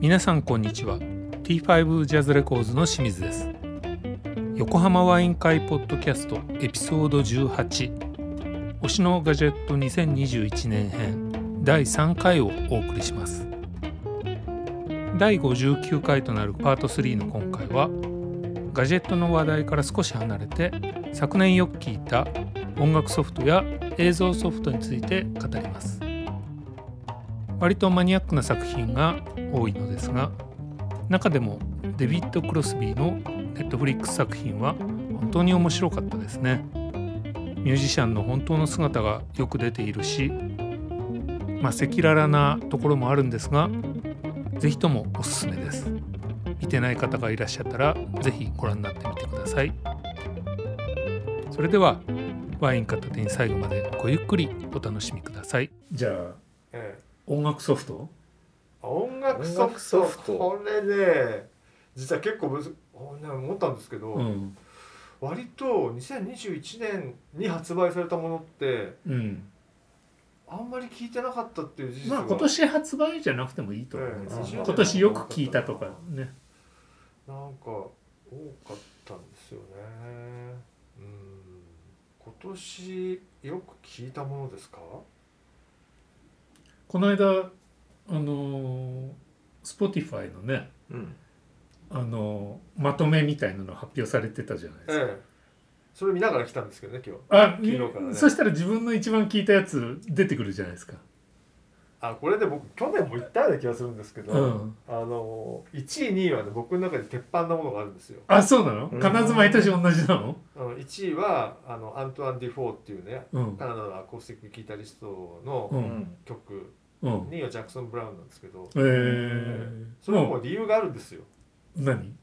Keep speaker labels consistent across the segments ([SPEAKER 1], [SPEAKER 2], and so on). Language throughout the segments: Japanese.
[SPEAKER 1] 皆さんこんにちは T5 ジャズレコーズの清水です横浜ワイン会ポッドキャストエピソード18推しのガジェット2021年編第3回をお送りします第59回となるパート3の今回はガジェットの話題から少し離れて昨年よく聞いた音楽ソフトや映像ソフトについて語ります割とマニアックな作品が多いのですが中でもデビッド・クロスビーのネットフリックス作品は本当に面白かったですねミュージシャンの本当の姿がよく出ているしまあ赤裸々なところもあるんですが是非ともおすすめです見てない方がいらっしゃったら是非ご覧になってみてくださいそれではワイン片手に最後までごゆっくりお楽しみくださいじゃあ
[SPEAKER 2] え
[SPEAKER 1] 音楽ソフト
[SPEAKER 2] え、音楽ソフト
[SPEAKER 3] 音楽ソフト
[SPEAKER 2] これね実は結構むずおね思ったんですけど、
[SPEAKER 1] うん
[SPEAKER 2] 割と2021年に発売されたものって
[SPEAKER 1] うん
[SPEAKER 2] あんまり聞いてなかったっていう事実が、
[SPEAKER 1] まあ今年発売じゃなくてもいいと思うんですよ
[SPEAKER 3] ええ
[SPEAKER 1] 今年よく聞いたとかね
[SPEAKER 2] なんか多かったんですよねうん今年よく聞いたものですか
[SPEAKER 1] この間あのー Spotify のね
[SPEAKER 3] うん、
[SPEAKER 1] あのーまとめみたいなの発表されてたじゃないですか、
[SPEAKER 2] ええそれ見ながら来たんですけどね今日
[SPEAKER 1] あ
[SPEAKER 2] 昨日からね
[SPEAKER 1] そしたら自分の一番聞いたやつ出てくるじゃないですか
[SPEAKER 2] あこれで僕去年も言ったような気がするんですけど、
[SPEAKER 1] うん
[SPEAKER 2] あの1位2位はね僕の中で鉄板なものがあるんですよ
[SPEAKER 1] あそうなの
[SPEAKER 3] うん
[SPEAKER 1] 必ず毎年同じなの
[SPEAKER 2] あの1位はあのアントワン・ディフォーっていうね
[SPEAKER 1] うん
[SPEAKER 2] カナダのアコースティックギタリスト
[SPEAKER 1] う
[SPEAKER 2] の
[SPEAKER 1] ん
[SPEAKER 2] 曲、
[SPEAKER 1] うん
[SPEAKER 2] 2位はジャクソン・ブラウンなんですけど
[SPEAKER 1] えー、
[SPEAKER 2] それはもう理由があるんですよ
[SPEAKER 1] 何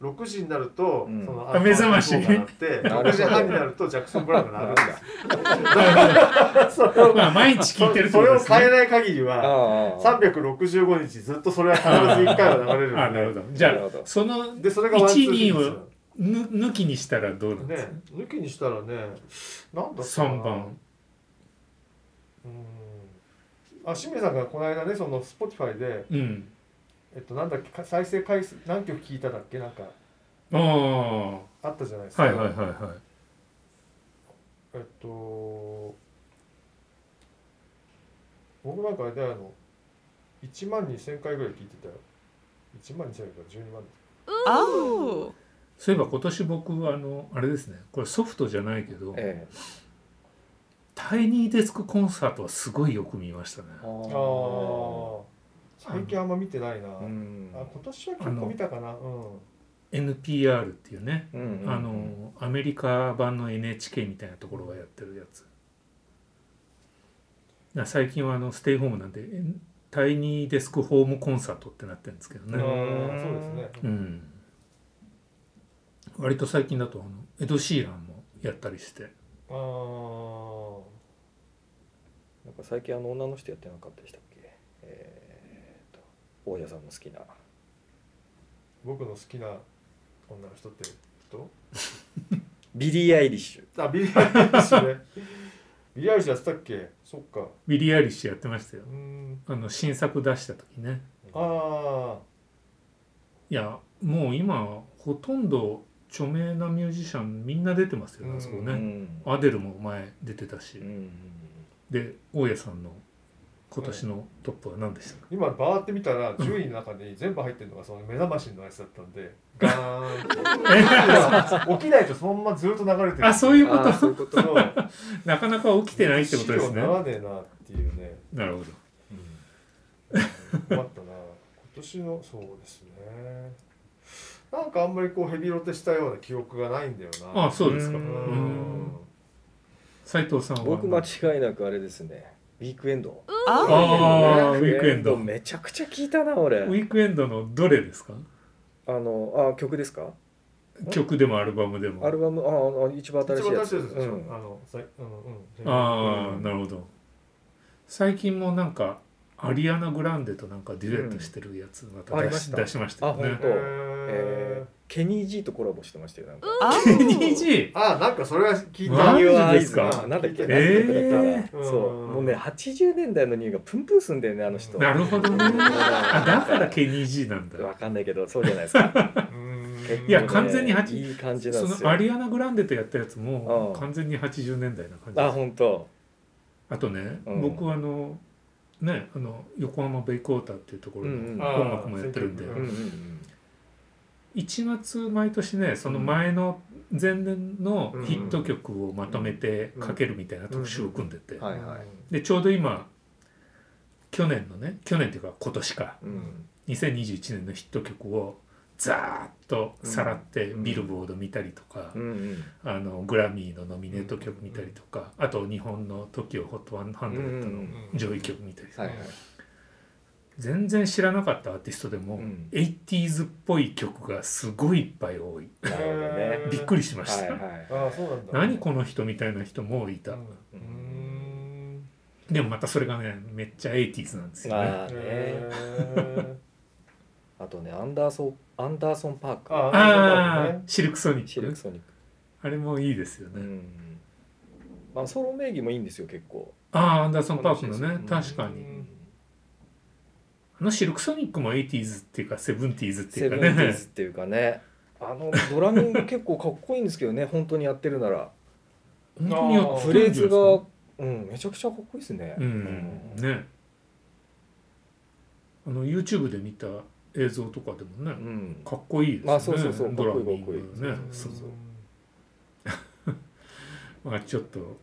[SPEAKER 2] 6時になると、
[SPEAKER 3] うん
[SPEAKER 2] その
[SPEAKER 1] あ目覚まし
[SPEAKER 2] アントワンディフォーが鳴って6時半になるとジャクソン・ブラウンが鳴るんだそれを
[SPEAKER 1] まあ毎日聞いてるって
[SPEAKER 2] そ
[SPEAKER 1] こ
[SPEAKER 2] れ
[SPEAKER 1] と
[SPEAKER 2] を
[SPEAKER 1] ですね
[SPEAKER 2] 変えない限り
[SPEAKER 3] あ
[SPEAKER 2] は
[SPEAKER 3] あ
[SPEAKER 2] 365日ずっとそれは必ず1回は流れるんで
[SPEAKER 1] あなるほどじゃ
[SPEAKER 3] なるほ
[SPEAKER 1] あ
[SPEAKER 3] ど
[SPEAKER 1] その
[SPEAKER 2] でそれがワンツースリーですよ
[SPEAKER 1] 1 2をぬ抜きにしたらどうなんですか、
[SPEAKER 2] ね抜きにしたらねなんだったかな
[SPEAKER 1] 3番
[SPEAKER 2] うんあ清水さんがこの間ねその Spotify で、
[SPEAKER 1] うん
[SPEAKER 2] えっと、なんだっけか再生回数何曲聞いただっけなんか
[SPEAKER 1] ああは
[SPEAKER 2] あったじゃないです
[SPEAKER 1] い
[SPEAKER 2] か、
[SPEAKER 1] はいはいは
[SPEAKER 2] えっと僕なんかあれだよあの1万2000回ぐらい聞いてたよ1万2000回から12万
[SPEAKER 4] あ
[SPEAKER 1] いそういえば今年僕はあのあれですねこれソフトじゃないけど、
[SPEAKER 3] ええ
[SPEAKER 1] タイニーデスクコンサートはすごいよく見ましたね
[SPEAKER 3] あ
[SPEAKER 2] あ
[SPEAKER 3] ー
[SPEAKER 2] あ最近あんま見てないな、
[SPEAKER 3] うん
[SPEAKER 2] あ今年は結構見たかなうん
[SPEAKER 1] NPR っていうね、
[SPEAKER 3] うんうん
[SPEAKER 1] あのアメリカ版の NHK みたいなところがやってるやつな最近はあのステイホームなんでえんタイニーデスクホームコンサートってなってるんですけど
[SPEAKER 2] あ
[SPEAKER 1] ね、
[SPEAKER 2] ーそうですね
[SPEAKER 1] うん、割と最近だとあのエド・シーランもやったりして
[SPEAKER 2] ああ
[SPEAKER 3] なんか最近あの女の人やってなかったでしたっけえー、と大家さんの好きな
[SPEAKER 2] 僕の好きな女の人って人
[SPEAKER 3] ビリー・アイリッシュ
[SPEAKER 2] あビリー・ アイリッシュねビリー・アイリッシュやってたっけそっか
[SPEAKER 1] ビリー・アイリッシュやってましたよ
[SPEAKER 2] うーん
[SPEAKER 1] あの新作出した時ね
[SPEAKER 2] あ
[SPEAKER 1] いやもう今ほとんど著名なミュージシャンみんな出てますよね
[SPEAKER 2] うん
[SPEAKER 1] あそこ
[SPEAKER 3] う
[SPEAKER 1] ね、
[SPEAKER 3] ん
[SPEAKER 1] アデルも前出てたし、
[SPEAKER 3] うん
[SPEAKER 1] で大家さんの今年のトップは何でしたか、
[SPEAKER 2] ー今バーって見たら10位の中に全部入ってるのがその目覚ましのやつだったんでガーン って起きないとそのままずっと流れてる
[SPEAKER 1] あそういうこ
[SPEAKER 3] あ
[SPEAKER 1] と
[SPEAKER 3] ーそういうこと
[SPEAKER 2] そう
[SPEAKER 1] なかなか起きてないってことですね
[SPEAKER 2] 資料ならねえなっていうね
[SPEAKER 1] なるほど
[SPEAKER 2] 困ったな今年のそうですねなんかあんまりこうヘビロテしたような記憶がないんだよな
[SPEAKER 1] あそうですか
[SPEAKER 3] う
[SPEAKER 2] うん
[SPEAKER 1] うん斉藤さんは
[SPEAKER 3] 僕間違いなくあれですねウィークエンド
[SPEAKER 1] あー
[SPEAKER 3] ね
[SPEAKER 1] ウィークエンド
[SPEAKER 3] めちゃくちゃ聞いたな俺
[SPEAKER 1] ウィークエンドのどれですか
[SPEAKER 3] あのあ曲ですか
[SPEAKER 1] 曲でもアルバムでも
[SPEAKER 3] アルバムああ一番新
[SPEAKER 2] 一
[SPEAKER 3] しい
[SPEAKER 2] 番
[SPEAKER 3] や
[SPEAKER 2] 新しい
[SPEAKER 3] つ
[SPEAKER 2] やつでしょ、
[SPEAKER 3] うん
[SPEAKER 2] あのさいうんうん
[SPEAKER 1] ああ、
[SPEAKER 3] うん
[SPEAKER 1] なるほど最近もなんかアリアナ・グランデとなんかデュエットしてるやつまた
[SPEAKER 3] うんあ
[SPEAKER 1] 出
[SPEAKER 3] りま
[SPEAKER 1] し,、
[SPEAKER 3] した
[SPEAKER 1] 出しましたよ
[SPEAKER 3] あ本
[SPEAKER 1] ね
[SPEAKER 3] 当
[SPEAKER 2] え
[SPEAKER 3] えーケニー G とコラボしてましたよなんか
[SPEAKER 1] NG
[SPEAKER 2] あなんかそれは聞いた
[SPEAKER 1] マジ
[SPEAKER 3] ニューアイ
[SPEAKER 1] です
[SPEAKER 3] ズ
[SPEAKER 1] か
[SPEAKER 3] のなんだっけ、
[SPEAKER 2] え
[SPEAKER 1] ー
[SPEAKER 3] なんだっけだからそう
[SPEAKER 2] うん
[SPEAKER 3] もうね80年代の匂いがプンプンすんだよねあの人
[SPEAKER 1] なるほどねあだからケニー G なんだ
[SPEAKER 3] わかんないけどそうじゃないです か
[SPEAKER 1] いや
[SPEAKER 3] 結構
[SPEAKER 1] 完
[SPEAKER 3] ね
[SPEAKER 1] 全に80
[SPEAKER 3] いい感じなんです
[SPEAKER 1] そ
[SPEAKER 3] よ
[SPEAKER 1] のアリアナ・グランデとやったやつも
[SPEAKER 3] うん
[SPEAKER 1] 完全に80年代な感じ
[SPEAKER 3] あ
[SPEAKER 1] です
[SPEAKER 3] 本当
[SPEAKER 1] あとね、
[SPEAKER 3] うん
[SPEAKER 1] 僕はあのねあの横浜ベイクォーターっていうところの
[SPEAKER 3] うんうん
[SPEAKER 1] 音楽もやってるんで、
[SPEAKER 2] あ
[SPEAKER 3] うんうんうん
[SPEAKER 1] 1月毎年ねその前の前年のヒット曲をまとめてかけるみたいな特集を組んでて、
[SPEAKER 3] はいはい
[SPEAKER 1] でちょうど今去年のね去年っていうか今年か
[SPEAKER 3] うん
[SPEAKER 1] 2021年のヒット曲をザーッとさらって
[SPEAKER 2] うん
[SPEAKER 1] ビルボード見たりとか、
[SPEAKER 3] うんうん
[SPEAKER 1] あのグラミーのノミネート曲見たりとか、あと日本の TOKIOHOT100 の上位曲見たりとか、
[SPEAKER 3] はいはい
[SPEAKER 1] 全然知らなかったアーティストでも、
[SPEAKER 3] うん
[SPEAKER 1] 80s っぽい曲がすごいいっぱい多い
[SPEAKER 3] なるほどね
[SPEAKER 1] びっくりしました、
[SPEAKER 3] はいはい
[SPEAKER 2] ああそうなんだ
[SPEAKER 1] 何この人みたいな人もいた、
[SPEAKER 2] うーん
[SPEAKER 1] でもまたそれがねめっちゃ 80s なんですよね、
[SPEAKER 3] まあね
[SPEAKER 2] へ
[SPEAKER 3] あとねアンダーソンアンダーソン・パーカ
[SPEAKER 2] あ
[SPEAKER 1] あ
[SPEAKER 3] ー
[SPEAKER 1] あ
[SPEAKER 2] あ
[SPEAKER 1] ーシルクソニッ
[SPEAKER 3] シルク
[SPEAKER 1] ク
[SPEAKER 3] ソニック
[SPEAKER 1] あれもいいですよ
[SPEAKER 3] う
[SPEAKER 1] ね、
[SPEAKER 3] んまあソロ名義もいいんですよ結構
[SPEAKER 1] ああアンダーソン・パークのね確か
[SPEAKER 2] う
[SPEAKER 1] に
[SPEAKER 2] ん
[SPEAKER 1] あのシルクソニックも 80s っていうか 70s ってい
[SPEAKER 3] セ
[SPEAKER 1] うか
[SPEAKER 3] ブンティ
[SPEAKER 1] ね
[SPEAKER 3] ーズっていうかねあのドラミング結構かっこいいんですけどね 本当にやってるなら
[SPEAKER 1] 本当にやって
[SPEAKER 2] あ
[SPEAKER 3] フ
[SPEAKER 1] る
[SPEAKER 3] レー
[SPEAKER 1] んじ
[SPEAKER 3] ズ
[SPEAKER 1] ゃないです
[SPEAKER 3] が
[SPEAKER 1] か
[SPEAKER 3] うんめちゃくちゃかっこいいですね
[SPEAKER 1] うんねあの YouTube で見た映像とかでもね、
[SPEAKER 3] うんうん
[SPEAKER 1] かっこいいですね。
[SPEAKER 3] まあそうそうそう
[SPEAKER 1] ドラミングね
[SPEAKER 3] かっこいいかっこいい。
[SPEAKER 1] そう
[SPEAKER 3] そう
[SPEAKER 1] まあちょっと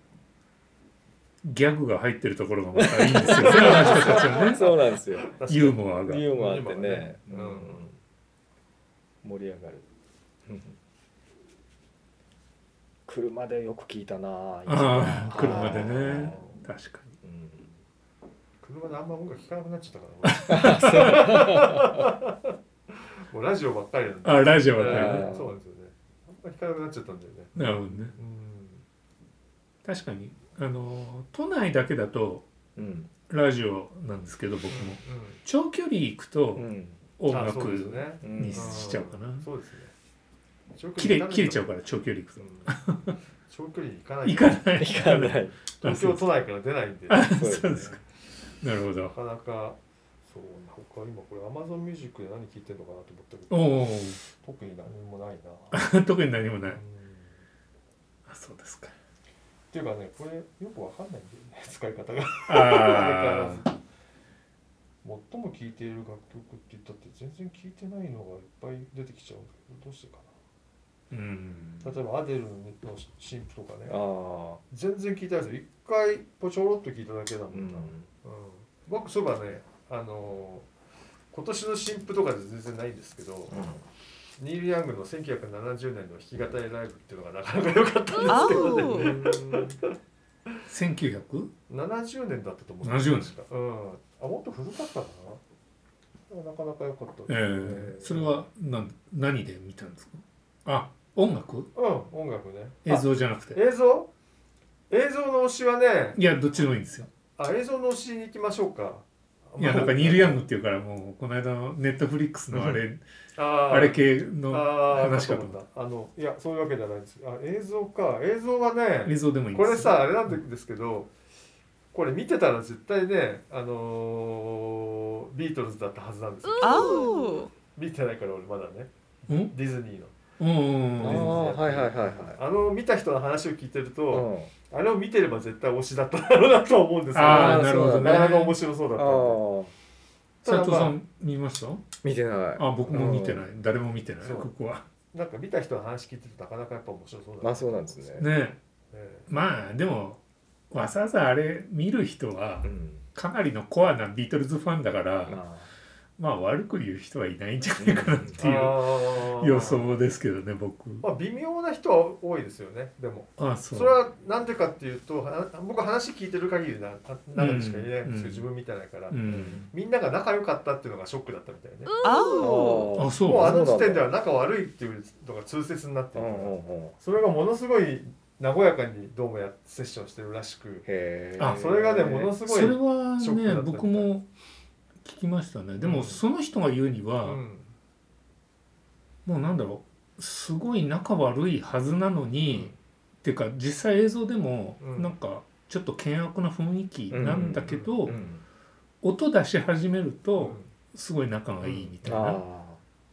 [SPEAKER 1] ギャグが入ってるところがまたいいんで すよね。あの人たちはね。
[SPEAKER 3] そうなんですよ
[SPEAKER 1] ユーモアが。
[SPEAKER 3] 理由もあってね
[SPEAKER 2] ユーモアね
[SPEAKER 3] うん盛り上がるうん車でよく聞いたなあ
[SPEAKER 1] ああ車でね。
[SPEAKER 3] あ
[SPEAKER 1] 確かに。
[SPEAKER 3] ーうん
[SPEAKER 2] 車であんま音楽聴かなくなっちゃったから もうラジオばっかりなんで
[SPEAKER 1] あラジオはね。
[SPEAKER 3] あー
[SPEAKER 2] そうなんですよねあんまり聴かなくなっちゃったんだよね
[SPEAKER 1] なるほどね。
[SPEAKER 2] うん
[SPEAKER 1] 確かにあの都内だけだと
[SPEAKER 3] うん
[SPEAKER 1] ラジオなんですけど僕も長距離行く
[SPEAKER 3] う
[SPEAKER 1] と
[SPEAKER 3] ん
[SPEAKER 1] 音
[SPEAKER 2] あそうです
[SPEAKER 1] 楽
[SPEAKER 2] ね
[SPEAKER 3] うん
[SPEAKER 1] にしちゃうかな。
[SPEAKER 2] そうですね
[SPEAKER 1] 切れ切れちゃう
[SPEAKER 2] う
[SPEAKER 1] から長距離行くと。
[SPEAKER 2] ん長距離行かない
[SPEAKER 1] 行かない。
[SPEAKER 3] 行かない
[SPEAKER 2] 東京都内から出ないんで
[SPEAKER 3] そ
[SPEAKER 1] そうう
[SPEAKER 3] で
[SPEAKER 1] ですす
[SPEAKER 3] ね
[SPEAKER 1] か。なるほど
[SPEAKER 2] な。かなかそう他今これ Amazon ミュージックで何聴いてんのかなと思ったけ
[SPEAKER 1] お
[SPEAKER 2] ど
[SPEAKER 1] お。
[SPEAKER 2] 特に何もない な
[SPEAKER 1] 特に何もない
[SPEAKER 2] うん。
[SPEAKER 1] あそうですか。
[SPEAKER 2] っていうかねこれよくわかんないんだよね使い方が
[SPEAKER 1] ああ。
[SPEAKER 2] 最も聴いている楽曲って言ったって全然聴いてないのがいっぱい出てきちゃうんだけどどうしてか
[SPEAKER 1] うん。
[SPEAKER 2] な例えばアデルの新譜とかね
[SPEAKER 3] ああ
[SPEAKER 2] 全然聴いてないですよ一回ぽちょろっと聴いただけだも
[SPEAKER 3] うん
[SPEAKER 2] な、
[SPEAKER 3] ん
[SPEAKER 2] うん僕そういえばねあのー今年の新譜とかで全然ないんですけど、ニール・ヤングの1970年の弾き語りライブっていうのがなかなか良かったんですけどね
[SPEAKER 1] 千九百？
[SPEAKER 2] 70年だったと思う
[SPEAKER 1] 70年
[SPEAKER 2] 確かうんあもっと古かったかななかなか良かった
[SPEAKER 1] ええそれはなん何で見たんですか。あ音楽？
[SPEAKER 2] うん音楽ね
[SPEAKER 1] 映像じゃなくて。
[SPEAKER 2] 映像映像の推しはね
[SPEAKER 1] いやどっちでもいいんですよ。
[SPEAKER 2] あ映像の推しに行きましょうか
[SPEAKER 1] いやなんかニールヤングっていうからもうこの間のネットフリックスのあれ
[SPEAKER 2] あー
[SPEAKER 1] あれ系の
[SPEAKER 2] あー
[SPEAKER 1] 話かと
[SPEAKER 2] 思
[SPEAKER 1] 思っ
[SPEAKER 2] ったあのいやそういうわけじゃないんですあ映像か映像はね
[SPEAKER 1] た。映像でもいいんで
[SPEAKER 2] こ
[SPEAKER 1] すよ。
[SPEAKER 2] れさあれなんですけどこれ見てたら絶対ねあのービートルズだったはずなんですよ
[SPEAKER 4] Oh.
[SPEAKER 2] 見てないから俺まだね
[SPEAKER 1] うん？
[SPEAKER 2] ディズニーの
[SPEAKER 1] うんうん
[SPEAKER 3] あ
[SPEAKER 1] う
[SPEAKER 3] あ
[SPEAKER 1] んうん。
[SPEAKER 3] はいはいはいはい
[SPEAKER 2] あの見た人の話を聞いてると、
[SPEAKER 3] うん
[SPEAKER 2] あれを見てれば絶対推しだっただろうなとは思うんですけど
[SPEAKER 1] あ
[SPEAKER 2] な
[SPEAKER 1] あなるほど
[SPEAKER 3] ー
[SPEAKER 1] ね。
[SPEAKER 2] かなか面白そうだった
[SPEAKER 3] ああ
[SPEAKER 2] んで
[SPEAKER 1] 佐
[SPEAKER 2] ただ
[SPEAKER 1] 藤
[SPEAKER 2] ま
[SPEAKER 1] さ
[SPEAKER 2] あ
[SPEAKER 1] ん見ました？
[SPEAKER 3] 見てない
[SPEAKER 1] あ僕も見てない
[SPEAKER 3] うん。
[SPEAKER 1] 誰も見てない
[SPEAKER 2] そう
[SPEAKER 1] ここは。
[SPEAKER 2] なんか見た人の話聞いてるとなかなかやっぱ面白そうだ
[SPEAKER 3] まあそうなんですね
[SPEAKER 1] ね
[SPEAKER 2] ええ
[SPEAKER 1] まあでもわざわざあれ見る人は
[SPEAKER 3] うん
[SPEAKER 1] かなりのコアなビートルズファンだから。
[SPEAKER 3] あ
[SPEAKER 1] まあ悪く言う人はいないんじゃないかなっていう
[SPEAKER 2] あー
[SPEAKER 1] 予想ですけどね僕
[SPEAKER 2] まあ微妙な人は多いですよねでも
[SPEAKER 1] あそ
[SPEAKER 2] そうれはなんでかっていうとは僕話聞いてる限りな中でしか言えないんで
[SPEAKER 1] うん
[SPEAKER 2] すけど、自分見てないから、
[SPEAKER 1] うん
[SPEAKER 2] みんなが仲良かったっていうのがショックだったみたいね、
[SPEAKER 4] Oh.
[SPEAKER 1] あ
[SPEAKER 3] あ
[SPEAKER 1] そう
[SPEAKER 2] もうあの
[SPEAKER 3] そうなん
[SPEAKER 2] 時
[SPEAKER 3] だ
[SPEAKER 2] 点では仲悪いっていうのが通説になって
[SPEAKER 3] う
[SPEAKER 2] るから、
[SPEAKER 3] んうんうんへ
[SPEAKER 2] それがものすごい和やかにどうもやセッションしてるらしく
[SPEAKER 3] え
[SPEAKER 1] あ
[SPEAKER 2] それがねものすご
[SPEAKER 1] それ
[SPEAKER 2] い
[SPEAKER 1] は
[SPEAKER 2] ショックだ
[SPEAKER 1] ね
[SPEAKER 2] ったみたい
[SPEAKER 1] 僕も聞きましたねで
[SPEAKER 2] う
[SPEAKER 1] も
[SPEAKER 2] ん
[SPEAKER 1] その人が言うには、
[SPEAKER 2] うん
[SPEAKER 1] もうなんだろうすごい仲悪いはずなのに、っ
[SPEAKER 2] うん
[SPEAKER 1] ていうか実際映像でも
[SPEAKER 2] うん
[SPEAKER 1] なんかちょっと険悪な雰囲気なんだけど、
[SPEAKER 3] うん
[SPEAKER 1] 音出し始める
[SPEAKER 2] うん
[SPEAKER 1] とすごい仲がいいみたい
[SPEAKER 3] あ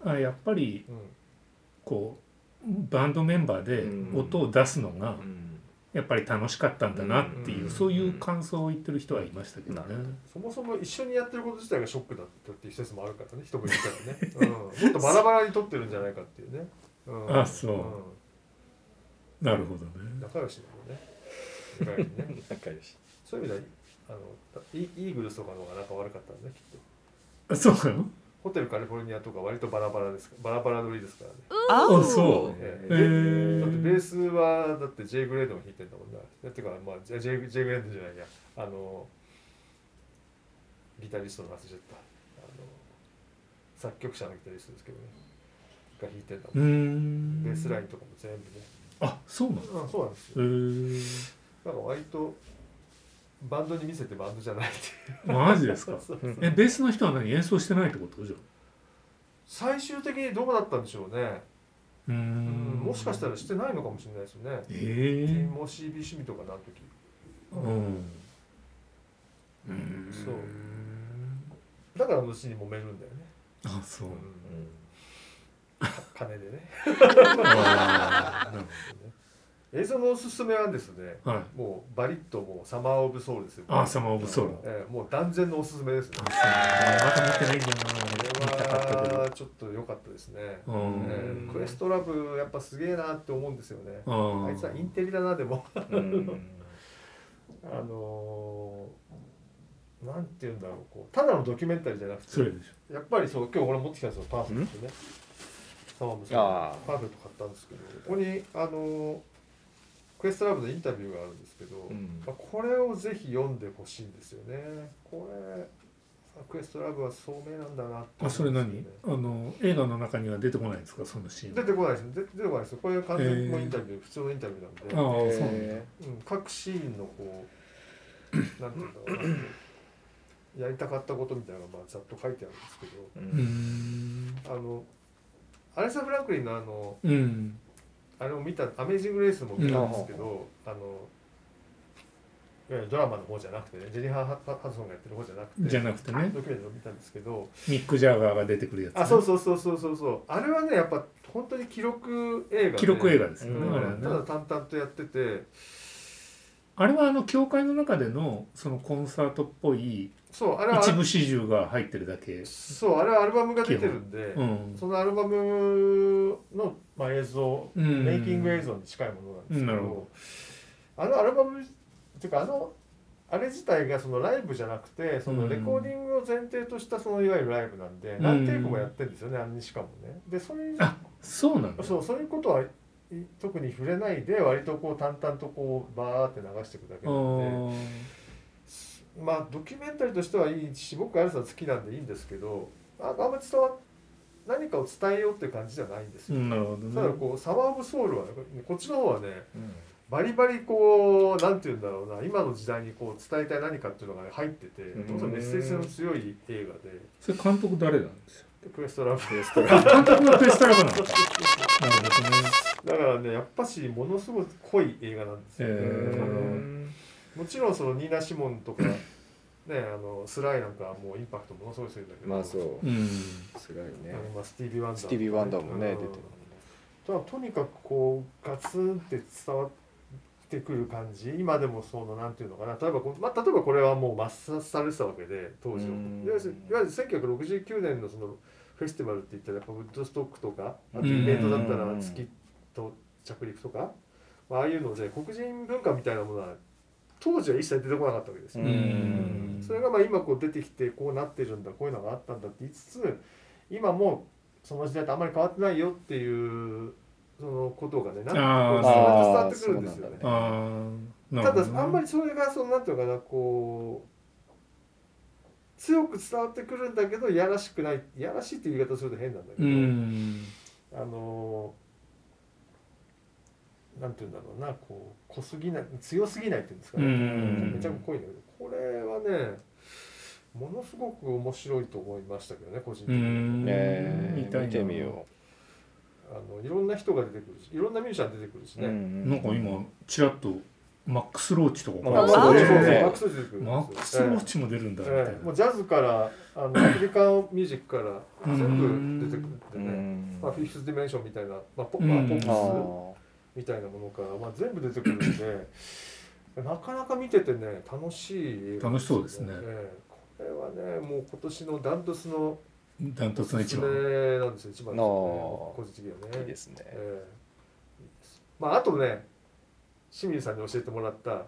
[SPEAKER 1] な、あやっぱりこうバンドメンバーで
[SPEAKER 3] うん
[SPEAKER 1] 音を出すのが
[SPEAKER 3] ーうん
[SPEAKER 1] やっぱり楽しかったんだなっていう、
[SPEAKER 2] うん
[SPEAKER 1] そういう感想を言ってる人はいましたけどね。
[SPEAKER 3] なるほ
[SPEAKER 2] そもそも一緒にやってること自体がショックだったっていう説もあるからね一目見たらね、うん、もっとバラバラに撮ってるんじゃないかっていうね、うん、
[SPEAKER 1] あそうなるほど
[SPEAKER 2] ん、
[SPEAKER 1] ね。
[SPEAKER 2] 仲良しだもんね意外にね
[SPEAKER 3] 仲良し
[SPEAKER 2] そういう意味ではあのイイーグルスとかの方が仲悪かったんだねきっと
[SPEAKER 1] あそうなの
[SPEAKER 2] ホテルカリフォルニアとか割とバラバラですバラバラ撮りですからね、
[SPEAKER 1] あそ
[SPEAKER 2] え
[SPEAKER 1] へ
[SPEAKER 2] え
[SPEAKER 1] ー
[SPEAKER 2] だってベースはだって J グレードも弾いてんだもんな。だってかまあ J, J グレードじゃないやあのギタリストの忘れちゃったあの作曲者のギタリストですけどねが弾いてんだも。
[SPEAKER 1] うんーん
[SPEAKER 2] ベースラインとかも全部ね。
[SPEAKER 1] あそうなの
[SPEAKER 2] うんそうなんですよ。
[SPEAKER 1] えー、
[SPEAKER 2] なんか割とバンドに見せてバンドじゃないっていう。
[SPEAKER 1] マジですか
[SPEAKER 2] そうそう
[SPEAKER 1] えベースの人は何演奏してないってことじゃん
[SPEAKER 2] 最終的にどうだったんでしょうね。
[SPEAKER 1] うー
[SPEAKER 2] うんんもしかしたらしてないのかもしれないですよね。
[SPEAKER 1] え
[SPEAKER 2] も CB 趣味とかなるとき。
[SPEAKER 1] えうんうん
[SPEAKER 2] そうだから虫に揉めるんだよね。
[SPEAKER 1] あ そう
[SPEAKER 3] うん
[SPEAKER 2] 金でね
[SPEAKER 1] あーなる
[SPEAKER 2] 映像のおすすめはですね
[SPEAKER 1] ほどはい
[SPEAKER 2] もうバリッともうサマーオブソウルですよ
[SPEAKER 1] あサマーオブソウル
[SPEAKER 2] えーもう断然のおすすめですね
[SPEAKER 1] あそうまた見てないんだよな
[SPEAKER 2] こ
[SPEAKER 1] 見たかったけ
[SPEAKER 2] れ
[SPEAKER 1] ど
[SPEAKER 2] はちょっと良かったですね、
[SPEAKER 1] う
[SPEAKER 2] え
[SPEAKER 1] ん
[SPEAKER 2] ークエストラブやっぱすげえなって思うんですよね
[SPEAKER 1] あ
[SPEAKER 2] あ
[SPEAKER 1] ー
[SPEAKER 2] いつはインテリだなでも
[SPEAKER 3] うん
[SPEAKER 2] あのーなんて言うんだろうこうただのドキュメンタリーじゃなくて
[SPEAKER 1] それでし
[SPEAKER 2] やっぱりそう今日俺持ってきたんですよパンフレットねサマーオブソウル
[SPEAKER 3] あ
[SPEAKER 2] パーフェクト買ったんですけどここにあのクエストラブのインタビューがあるんですけど、
[SPEAKER 3] ーうん
[SPEAKER 2] まあこれをぜひ読んでほしいんですよねこれあクエストラブは聡明なんだなって
[SPEAKER 1] ょあそれ
[SPEAKER 2] 思うん
[SPEAKER 1] 何
[SPEAKER 2] ですよね
[SPEAKER 1] あの映画の中には出てこないんですかそのシーン
[SPEAKER 2] 出てこないですね出出てこないですよこれ完全にもう
[SPEAKER 1] へー
[SPEAKER 2] インタビュー、普通のインタビューなんで、
[SPEAKER 1] ああーそうなんだ
[SPEAKER 3] え
[SPEAKER 2] うん、各シーンのこうなんていうんだろう なやりたかったことみたいなのがまあざっと書いてあるんですけ
[SPEAKER 3] ーう
[SPEAKER 1] うー
[SPEAKER 3] ん
[SPEAKER 1] ん
[SPEAKER 2] どあのアレサ・フランクリンのあの
[SPEAKER 1] うん
[SPEAKER 2] あれも見た「アメイジング・レース」も見たんですけど、あのいわゆるドラマの方じゃなくてねジェニファー・ハハドソンがやってる方じゃなくて
[SPEAKER 1] じゃなくてね
[SPEAKER 2] ドキュメントを見たんですけど
[SPEAKER 1] ミック・ジャガーが出てくるやつね
[SPEAKER 2] あそうそうそうそうそうそうあれはねやっぱ本当に記録映画で
[SPEAKER 1] 記録映画ですよ
[SPEAKER 2] う
[SPEAKER 1] ね
[SPEAKER 2] ん
[SPEAKER 1] あれは
[SPEAKER 2] た
[SPEAKER 1] ね
[SPEAKER 2] だ淡々とやってて
[SPEAKER 1] あれはあの教会の中でのそのコンサートっぽい
[SPEAKER 2] そうあれは
[SPEAKER 1] 一部始終が入ってるだけ、
[SPEAKER 2] そうあれはアルバムが出てるんで、
[SPEAKER 1] うん、
[SPEAKER 2] そのアルバムの、まあ、映像
[SPEAKER 1] うん
[SPEAKER 2] メイキング映像に近いものなんですけど,、
[SPEAKER 1] うんなるほ
[SPEAKER 2] あのアルバムっていうかあのあれ自体がそのライブじゃなくてそのレコーディングを前提としたそのいわゆるライブなんで、
[SPEAKER 1] ん
[SPEAKER 2] 何テイクもやってるんですよねあのしかもね。でそういう
[SPEAKER 1] あそうなんだ
[SPEAKER 2] そうそういうことはい特に触れないで割とこう淡々とこうバーって流していくだけ
[SPEAKER 1] あ
[SPEAKER 2] なので
[SPEAKER 1] ー
[SPEAKER 2] まあドキュメンタリーとしてはいいし僕アルさん好きなんでいいんですけどああんまり伝わ何かを伝えようっていう感じじゃないんです
[SPEAKER 1] う
[SPEAKER 2] よ。
[SPEAKER 1] んなるほ
[SPEAKER 2] ただ
[SPEAKER 1] どね
[SPEAKER 2] こうサマー・オブ・ソウルはねこっちの方はねバリバリこうなんて言うんだろうな今の時代にこう伝えたい何かっていうのが、ね、入ってて
[SPEAKER 3] うん
[SPEAKER 2] どんどんメッセージ性の強い映画で
[SPEAKER 1] それ監督誰なんですよ
[SPEAKER 2] でクエストラブ
[SPEAKER 3] クエストラ
[SPEAKER 1] 監督がクエストラ ブなんだなるほどね
[SPEAKER 2] だからねやっぱしものすごく濃い映画なんですよ、
[SPEAKER 1] へー
[SPEAKER 2] あ
[SPEAKER 3] う
[SPEAKER 2] の
[SPEAKER 3] ん
[SPEAKER 2] もちろんそのニーナ・シモンとかねあのスライなんかはもうインパクトものすごい強いんだけど、
[SPEAKER 3] まあそう
[SPEAKER 1] うん
[SPEAKER 3] すごいね
[SPEAKER 2] あのまあスティービー・ワンダーもね
[SPEAKER 3] スティービーワンダーもね
[SPEAKER 2] うん
[SPEAKER 3] 出てる
[SPEAKER 2] ただとにかくこうガツンって伝わってくる感じ今でもそのなんていうのかな例えばこう、まあ、例えばこれはもう抹殺されてたわけで当時
[SPEAKER 3] う
[SPEAKER 2] の
[SPEAKER 3] ん
[SPEAKER 2] いわゆるいわゆる1969年のそのフェスティバルって言ったらやっぱウッドストックとかあとイベントだったら月と着陸とか、まあ、ああいうので黒人文化みたいなものは当時は一切出てこなかったわけですよ。
[SPEAKER 1] うん
[SPEAKER 2] それがまあ今こう出てきてこうなってるんだこういうのがあったんだって言いつつ今もその時代とあんまり変わってないよっていうそのことがねなん
[SPEAKER 1] あー
[SPEAKER 2] かこうすごい伝わってくるんですよね
[SPEAKER 3] あー。
[SPEAKER 1] ああなる
[SPEAKER 2] た
[SPEAKER 1] ほどね
[SPEAKER 2] だあんまりそれがそのなんていうのかなこう強く伝わってくるんだけどやらしくないやらしいっていう言い方すると変なんだけ
[SPEAKER 1] う
[SPEAKER 2] ど、
[SPEAKER 1] ん
[SPEAKER 2] あのなんていうんだろうなこう濃すぎない強すぎないっていうんですかね、
[SPEAKER 1] うん
[SPEAKER 2] めちゃくちゃ濃いんだけどこれはねものすごく面白いと思いましたけどね個人
[SPEAKER 1] う
[SPEAKER 2] 的に、
[SPEAKER 1] ん
[SPEAKER 3] ねえ
[SPEAKER 1] 見たいな
[SPEAKER 3] 見てみよ
[SPEAKER 2] あのいろんな人が出てくるしいろんなミュージシャン出てくるしね、
[SPEAKER 3] ん
[SPEAKER 1] なんか今ちらっとマックス・ローチとか
[SPEAKER 3] ま
[SPEAKER 1] から
[SPEAKER 3] あ
[SPEAKER 2] まあそうそうそう
[SPEAKER 1] ええ
[SPEAKER 2] マックスローチ出てくるんで
[SPEAKER 1] マ
[SPEAKER 2] すよ
[SPEAKER 1] ックス・ローチも出るんだ
[SPEAKER 2] え
[SPEAKER 1] み
[SPEAKER 2] え
[SPEAKER 1] たいな
[SPEAKER 2] ええもうジャズからあのアフリカンミュージックから全部出てくるんで
[SPEAKER 3] う
[SPEAKER 2] ね、
[SPEAKER 3] ん
[SPEAKER 2] まあ、フィフスディメンションみたいな、まあポまあ、
[SPEAKER 1] うん
[SPEAKER 2] ポップ
[SPEAKER 3] あ
[SPEAKER 2] ス
[SPEAKER 3] ー
[SPEAKER 2] みたいなものから、まあ、全部出てくるんで なかなか見ててね楽しい映画
[SPEAKER 1] 楽しそうですね
[SPEAKER 2] ええこれはねもう今年のダントツの
[SPEAKER 1] ダントツの一番
[SPEAKER 2] れなんですよ一番ですよ
[SPEAKER 3] あー
[SPEAKER 2] ね個人的にはね
[SPEAKER 3] いいですね。
[SPEAKER 2] ええいいですまああとね清水さんに教えてもらった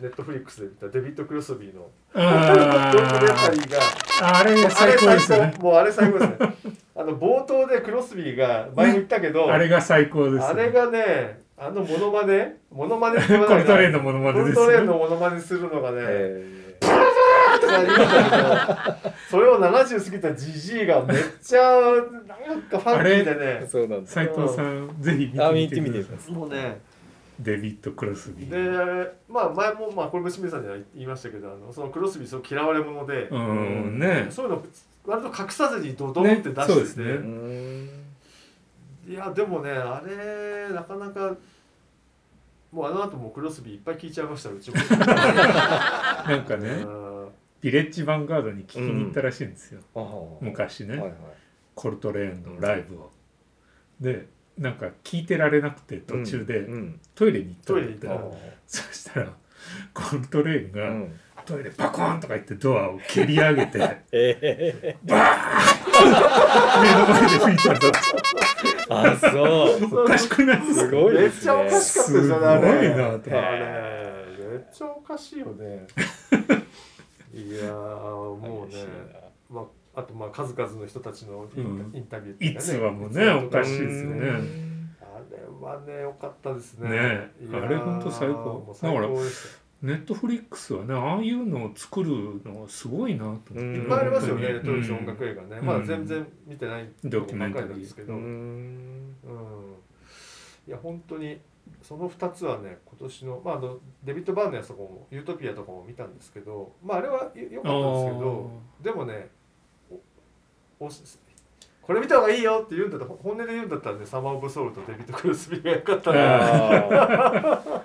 [SPEAKER 2] ネットフリックスで見たデビッド・クロスビーの
[SPEAKER 1] あ
[SPEAKER 2] ドキュメンタリ
[SPEAKER 1] ー
[SPEAKER 2] ーが
[SPEAKER 1] あれ
[SPEAKER 2] あ
[SPEAKER 1] 最
[SPEAKER 2] れ
[SPEAKER 1] 高です
[SPEAKER 2] 最
[SPEAKER 1] ね
[SPEAKER 2] 高もうあれ最高ですねあの冒頭でクロスビーが前に言ったけど、
[SPEAKER 1] あれが最高ですね
[SPEAKER 2] あれがね、あのモノマネ、モノマネって言わ
[SPEAKER 1] コ
[SPEAKER 2] ない
[SPEAKER 1] ルトレーンのものま
[SPEAKER 2] コ
[SPEAKER 1] ねで
[SPEAKER 2] ル
[SPEAKER 1] す
[SPEAKER 2] トレー
[SPEAKER 1] ね
[SPEAKER 2] ンのモノマネするのがね、
[SPEAKER 3] え
[SPEAKER 2] とか言うんだけどそれを70過ぎたジジイがめっちゃなんかファンキーで
[SPEAKER 3] ー
[SPEAKER 2] ね、
[SPEAKER 3] そうなんだ。
[SPEAKER 1] 斉藤さんぜひ
[SPEAKER 3] あ
[SPEAKER 1] 見
[SPEAKER 3] 見
[SPEAKER 1] て
[SPEAKER 3] て
[SPEAKER 1] み
[SPEAKER 3] み
[SPEAKER 1] て
[SPEAKER 3] て
[SPEAKER 1] ください
[SPEAKER 2] もうね、
[SPEAKER 1] デビッド・クロスビー
[SPEAKER 2] で、まあ前も、まあこれも清水さんには言いましたけど、あのそのクロスビー、その嫌われ者で、
[SPEAKER 1] うんね
[SPEAKER 2] そういうの割と隠さずにドドンって出
[SPEAKER 1] ねそうで
[SPEAKER 2] して
[SPEAKER 1] す
[SPEAKER 2] て、
[SPEAKER 1] ね
[SPEAKER 3] うん
[SPEAKER 2] いやでもねあれなかなかもうあの後もうクロスビーいっぱい聞いちゃいましたうちも
[SPEAKER 1] なんかね
[SPEAKER 2] うん
[SPEAKER 1] ヴィレッジ・ヴァンガードに聞きに行ったらしいんですよ
[SPEAKER 3] あー
[SPEAKER 1] 昔ね
[SPEAKER 3] はいはい。
[SPEAKER 1] コルトレーンのライブをでなんか聞いてられなくて途中で
[SPEAKER 3] うん
[SPEAKER 1] トイレに行ったんだって
[SPEAKER 2] トイレに行った
[SPEAKER 1] そしたらコルトレーン
[SPEAKER 3] う
[SPEAKER 1] が
[SPEAKER 3] ん
[SPEAKER 1] トイレパコーンとか言ってドアを蹴り上げて目の
[SPEAKER 3] え
[SPEAKER 1] 前で吹いたんだって
[SPEAKER 3] ー、あそう
[SPEAKER 1] おかしくないです
[SPEAKER 3] す
[SPEAKER 1] か
[SPEAKER 3] ごい
[SPEAKER 2] め
[SPEAKER 3] で
[SPEAKER 2] っ
[SPEAKER 3] す
[SPEAKER 2] ち
[SPEAKER 3] ね
[SPEAKER 2] ゃおかしかったですよねあれ
[SPEAKER 1] すごいなと思って
[SPEAKER 2] あれめっちゃおかしいよ ねいやーもうね
[SPEAKER 3] 嬉しい
[SPEAKER 2] まあ、あとまあ数々の人たちのイン,、
[SPEAKER 1] うん
[SPEAKER 2] インタビューっていう
[SPEAKER 1] い
[SPEAKER 2] か
[SPEAKER 1] つはもうねおかしいですよ
[SPEAKER 3] な
[SPEAKER 1] ね
[SPEAKER 2] あれはね良かったですね
[SPEAKER 1] ねえ
[SPEAKER 2] いやー
[SPEAKER 1] あれほんと最高
[SPEAKER 2] もう最
[SPEAKER 1] だから
[SPEAKER 2] 高でした
[SPEAKER 1] ネットフリックスはねああいうのを作るのすごいなと思って
[SPEAKER 3] うん
[SPEAKER 2] いっぱいありますよね、
[SPEAKER 1] 本当
[SPEAKER 2] 当
[SPEAKER 1] に
[SPEAKER 2] 時の音楽映画ね、
[SPEAKER 1] うん
[SPEAKER 2] まだ全然見てない
[SPEAKER 1] ドキュメンタリー
[SPEAKER 2] ばっかりなんですけ
[SPEAKER 3] う
[SPEAKER 2] ど、うん
[SPEAKER 3] ん
[SPEAKER 2] いや本当にその2つはね今年の,、まあ、あのデビッド・バーンのやつとかも「ユートピア」とかも見たんですけど、まあ、あれはよ良かったんですけどでもねおおすこれ見た方がいいよって言うんだったらほ本音で言うんだったらね「サマー・オブ・ソウル」とデビッド・クルスビーが良かったな
[SPEAKER 3] あ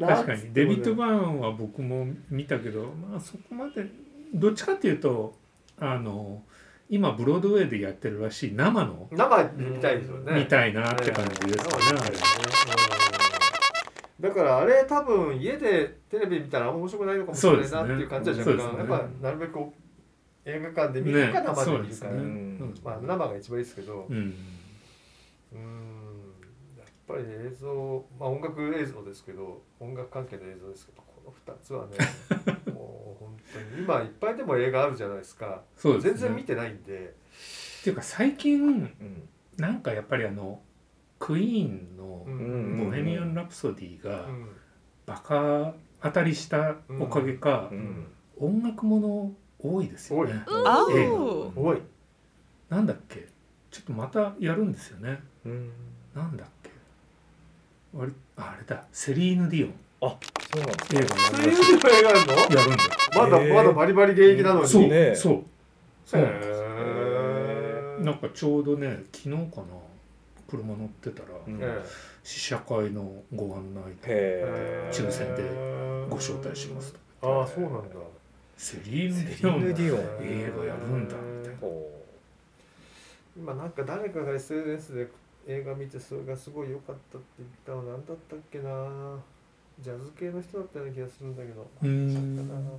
[SPEAKER 1] 確かにデビッド・
[SPEAKER 2] バ
[SPEAKER 1] バーンは僕も見たけどまあそこまでどっちかっていうとあの今ブロードウェイでやってるらしい生の
[SPEAKER 2] 生で見たいですよね
[SPEAKER 1] みたいなって感じですかねあれ
[SPEAKER 2] だからあれ多分家でテレビ見たらあんま面白くないのかもしれないなっていう感じは若干、やっぱなるべく映画館で見るか生で見るか、
[SPEAKER 1] ね
[SPEAKER 3] うん
[SPEAKER 2] まあ生が一番いいですけど
[SPEAKER 1] う
[SPEAKER 2] うんーんやっぱり映像まあ音楽映像ですけど音楽関係の映像ですけどこの2つ はねもう本当に今いっぱいでも映画あるじゃないですか
[SPEAKER 1] そうで
[SPEAKER 2] 全
[SPEAKER 1] す
[SPEAKER 2] 然
[SPEAKER 1] ね
[SPEAKER 2] 見
[SPEAKER 1] って
[SPEAKER 2] ないんで
[SPEAKER 1] ていうか最近
[SPEAKER 3] うん
[SPEAKER 1] なんかやっぱりあのクイーンの
[SPEAKER 2] うん
[SPEAKER 1] 「ボヘミアン・ラプソディ」
[SPEAKER 2] う
[SPEAKER 1] が
[SPEAKER 2] ん
[SPEAKER 1] バカ当たりしたおかげか
[SPEAKER 3] うん
[SPEAKER 1] 音楽もの多いですよね。
[SPEAKER 4] Oh.
[SPEAKER 2] おい
[SPEAKER 1] なんだっけちょっとまたやるんですよね。
[SPEAKER 3] うん
[SPEAKER 1] なんだっけあれあれだセリーヌ・ディオン
[SPEAKER 3] そうなんです
[SPEAKER 1] 映画
[SPEAKER 2] そう
[SPEAKER 1] やる
[SPEAKER 2] い
[SPEAKER 1] ら
[SPEAKER 2] う
[SPEAKER 1] しい
[SPEAKER 2] 映画あるの
[SPEAKER 1] やるんだ
[SPEAKER 2] まだ、
[SPEAKER 3] へー
[SPEAKER 2] まだバリバリ現役なの
[SPEAKER 1] よ
[SPEAKER 2] に。
[SPEAKER 1] そう、
[SPEAKER 3] ね
[SPEAKER 1] そうそうなんです
[SPEAKER 2] へー
[SPEAKER 1] なんかちょうどね昨日かな車乗ってたら、
[SPEAKER 3] うん
[SPEAKER 2] え
[SPEAKER 1] 試写会のご案内で
[SPEAKER 3] へ
[SPEAKER 2] え
[SPEAKER 3] ー
[SPEAKER 1] 抽選でご招待します。と
[SPEAKER 2] ああ、そうなんだ。
[SPEAKER 1] セリーヌ・デ
[SPEAKER 3] セリーヌ
[SPEAKER 1] ィオン
[SPEAKER 3] ディオン
[SPEAKER 1] 映画やるんだみたいな
[SPEAKER 3] ほ
[SPEAKER 2] 今なんか誰かが SNS で映画見てそれがすごい良かったって言ったのなんだったっけなジャズ系の人だったような気がするんだけど
[SPEAKER 1] うーん
[SPEAKER 2] 忘れちゃったな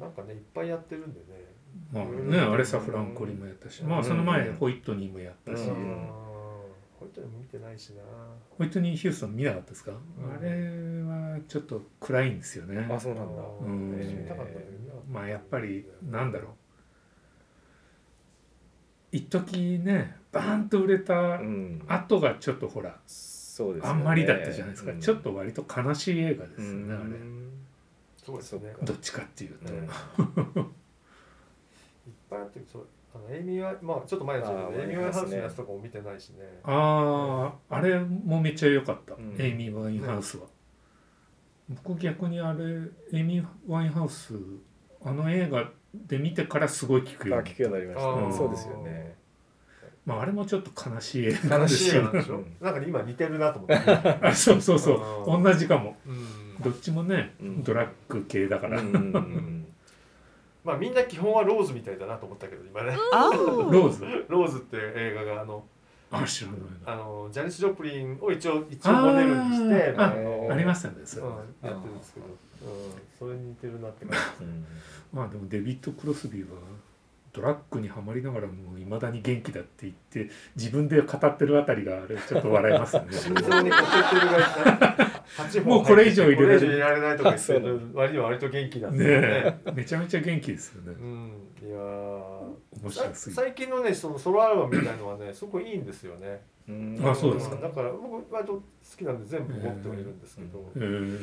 [SPEAKER 2] なんかねいっぱいやってるんでね
[SPEAKER 1] まあねアレサ・フランコリもやったしまあその前
[SPEAKER 3] うん
[SPEAKER 1] ホイットニーもやったし、
[SPEAKER 3] う
[SPEAKER 2] うんこういうと見てないしな
[SPEAKER 1] ホイットニー・ヒューストン見なかったですか、
[SPEAKER 2] ん
[SPEAKER 1] あれはちょっと暗いんですよね
[SPEAKER 3] うあそうなんだ
[SPEAKER 1] うん
[SPEAKER 2] 見たかったんだけどな
[SPEAKER 1] まあやっぱりなんだろう一時ねバーンと売れた
[SPEAKER 3] うん
[SPEAKER 1] 後がちょっとほら、
[SPEAKER 3] そうです
[SPEAKER 1] あ
[SPEAKER 3] よね
[SPEAKER 1] んまりだったじゃないですか、
[SPEAKER 3] うん
[SPEAKER 1] ちょっと割と悲しい映画です
[SPEAKER 3] う
[SPEAKER 1] よ
[SPEAKER 3] ん
[SPEAKER 1] ね、
[SPEAKER 2] そうですね
[SPEAKER 1] あれどっちかっていうと、
[SPEAKER 3] うん
[SPEAKER 2] いっぱいあってそうあのエイミーはまあちょっと前ですけ
[SPEAKER 3] あ
[SPEAKER 2] ど
[SPEAKER 3] ー
[SPEAKER 2] エイミー・ワインハ
[SPEAKER 3] ワインハウ
[SPEAKER 2] ウスの
[SPEAKER 3] スね
[SPEAKER 2] やつとかも見てないしね
[SPEAKER 1] あああれもめっちゃ良かった、
[SPEAKER 3] うん
[SPEAKER 1] エイミー・ワインハウスは、僕逆にあれエイミー・ワインハウスあの映画で見てからすごい聞く
[SPEAKER 3] あ
[SPEAKER 1] ように
[SPEAKER 3] 聞くようになりまし
[SPEAKER 2] あ
[SPEAKER 3] た
[SPEAKER 1] ー
[SPEAKER 3] そうですよね
[SPEAKER 1] まあ、あれもちょっと悲しい映画
[SPEAKER 2] 悲
[SPEAKER 1] です
[SPEAKER 2] しい
[SPEAKER 1] よ
[SPEAKER 2] 映
[SPEAKER 1] ね
[SPEAKER 2] 画なんでしょなんか今似てるなと思って、
[SPEAKER 1] あ そうそうそ
[SPEAKER 2] あ
[SPEAKER 1] う
[SPEAKER 2] ー
[SPEAKER 1] 同じかも
[SPEAKER 2] うん
[SPEAKER 1] どっちもね、
[SPEAKER 3] うん
[SPEAKER 1] ドラッグ系だから、
[SPEAKER 3] うんうんうん
[SPEAKER 2] まあみんな基本はローズみたいだなと思ったけど今ね
[SPEAKER 4] Oh.
[SPEAKER 1] ローズ
[SPEAKER 2] ローズっていう映画があの
[SPEAKER 1] あ知らないな
[SPEAKER 2] あのジャニス・ジョプリンを一応一応モデルにして
[SPEAKER 1] あー
[SPEAKER 2] の
[SPEAKER 1] ありましたねそれ、
[SPEAKER 2] うん、やってるんですけど、うん、それに似てるなっ て感
[SPEAKER 3] うん
[SPEAKER 1] まあでもデビッド・クロスビーはドラッグにはまりながらもいまだに元気だって言って自分で語ってるあたりがあれちょっと笑います ね
[SPEAKER 2] じ。心臓にこけてるが8
[SPEAKER 1] もうこれ以上入れられる
[SPEAKER 2] これ以上入れられないとか言って
[SPEAKER 3] あそうな
[SPEAKER 2] る割には割と元気な
[SPEAKER 1] ね
[SPEAKER 2] んですよね。
[SPEAKER 1] えめちゃめちゃ元気ですよね
[SPEAKER 2] うん、いやー
[SPEAKER 1] 面
[SPEAKER 2] さ
[SPEAKER 1] 白すぎて
[SPEAKER 2] 最近のねそのソロアルバムみたいのは ねすごくいいんですよね。
[SPEAKER 3] うん
[SPEAKER 1] あそうですか
[SPEAKER 2] んだから僕割と好きなんで全部持ってはいるんですけど、
[SPEAKER 1] うーん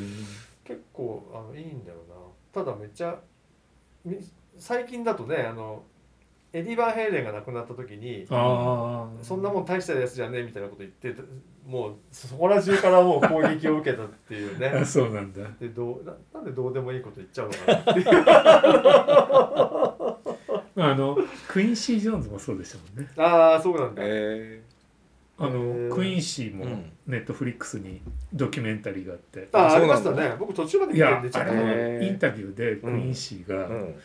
[SPEAKER 2] 結構あのいいんだよな。ただめっちゃみ最近だとねあのエディ・バンヘイレンが亡くなった時に
[SPEAKER 1] ああ
[SPEAKER 2] そんなもん大したやつじゃねえみたいなこと言ってもうそこら中からもう攻撃を受けたっていうね
[SPEAKER 1] あそうなんだ
[SPEAKER 2] でどうななんでどうでもいいこと言っちゃうのかなっていう
[SPEAKER 1] あのクインシー・ジョーンズもそうでしたもんね
[SPEAKER 2] ああそうなんだ、
[SPEAKER 3] え
[SPEAKER 1] あの、
[SPEAKER 2] へー
[SPEAKER 1] クインシー
[SPEAKER 3] う
[SPEAKER 1] も
[SPEAKER 3] ん
[SPEAKER 1] ネットフリックスにドキュメンタリーがあって
[SPEAKER 2] ああありまし
[SPEAKER 3] そ
[SPEAKER 2] た
[SPEAKER 3] うなん
[SPEAKER 2] ね僕途中まで
[SPEAKER 1] い
[SPEAKER 2] 見て
[SPEAKER 1] や
[SPEAKER 2] んでちょ
[SPEAKER 1] あ
[SPEAKER 2] っと
[SPEAKER 3] へ
[SPEAKER 1] れ
[SPEAKER 3] ー
[SPEAKER 1] インタビューでクインシーが、
[SPEAKER 3] ーうん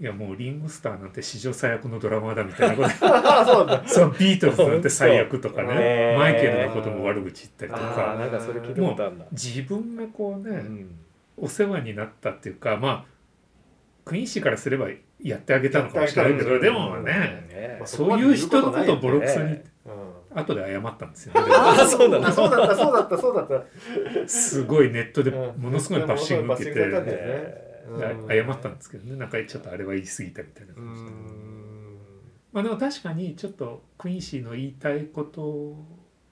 [SPEAKER 1] いやもうリンゴスターなんて史上最悪のドラマーだみたいなこと
[SPEAKER 2] ああそうなんだ
[SPEAKER 1] そうビートルズなんて最悪とか
[SPEAKER 2] そうね
[SPEAKER 1] ねマイケルのことも悪口言ったりと
[SPEAKER 3] ああ
[SPEAKER 1] か
[SPEAKER 3] なんかそれ聞いたことあるな
[SPEAKER 1] 自分がこう
[SPEAKER 3] う
[SPEAKER 1] ね
[SPEAKER 3] ん
[SPEAKER 1] お世話になったっていうかまあクイン氏からすればやってあげたのかもしれないけどでもね
[SPEAKER 3] ね
[SPEAKER 2] まあ
[SPEAKER 1] そういう人のことをボロクソに
[SPEAKER 2] うん
[SPEAKER 1] 後で謝ったんですよね
[SPEAKER 3] あそうなの
[SPEAKER 2] あそうだったそうだったそうだった
[SPEAKER 1] すごいネットで
[SPEAKER 2] うん
[SPEAKER 1] ものすごいバッシング受けて
[SPEAKER 2] ものすごいバッシング受けたんだよね
[SPEAKER 3] え
[SPEAKER 2] う
[SPEAKER 1] で
[SPEAKER 2] ん
[SPEAKER 1] 謝ったんですけどねなんかちょっとあれは言い過ぎたみたいな
[SPEAKER 2] うー
[SPEAKER 1] 感じで
[SPEAKER 2] ん
[SPEAKER 1] まあでも確かにちょっとクイン氏の言いたいこと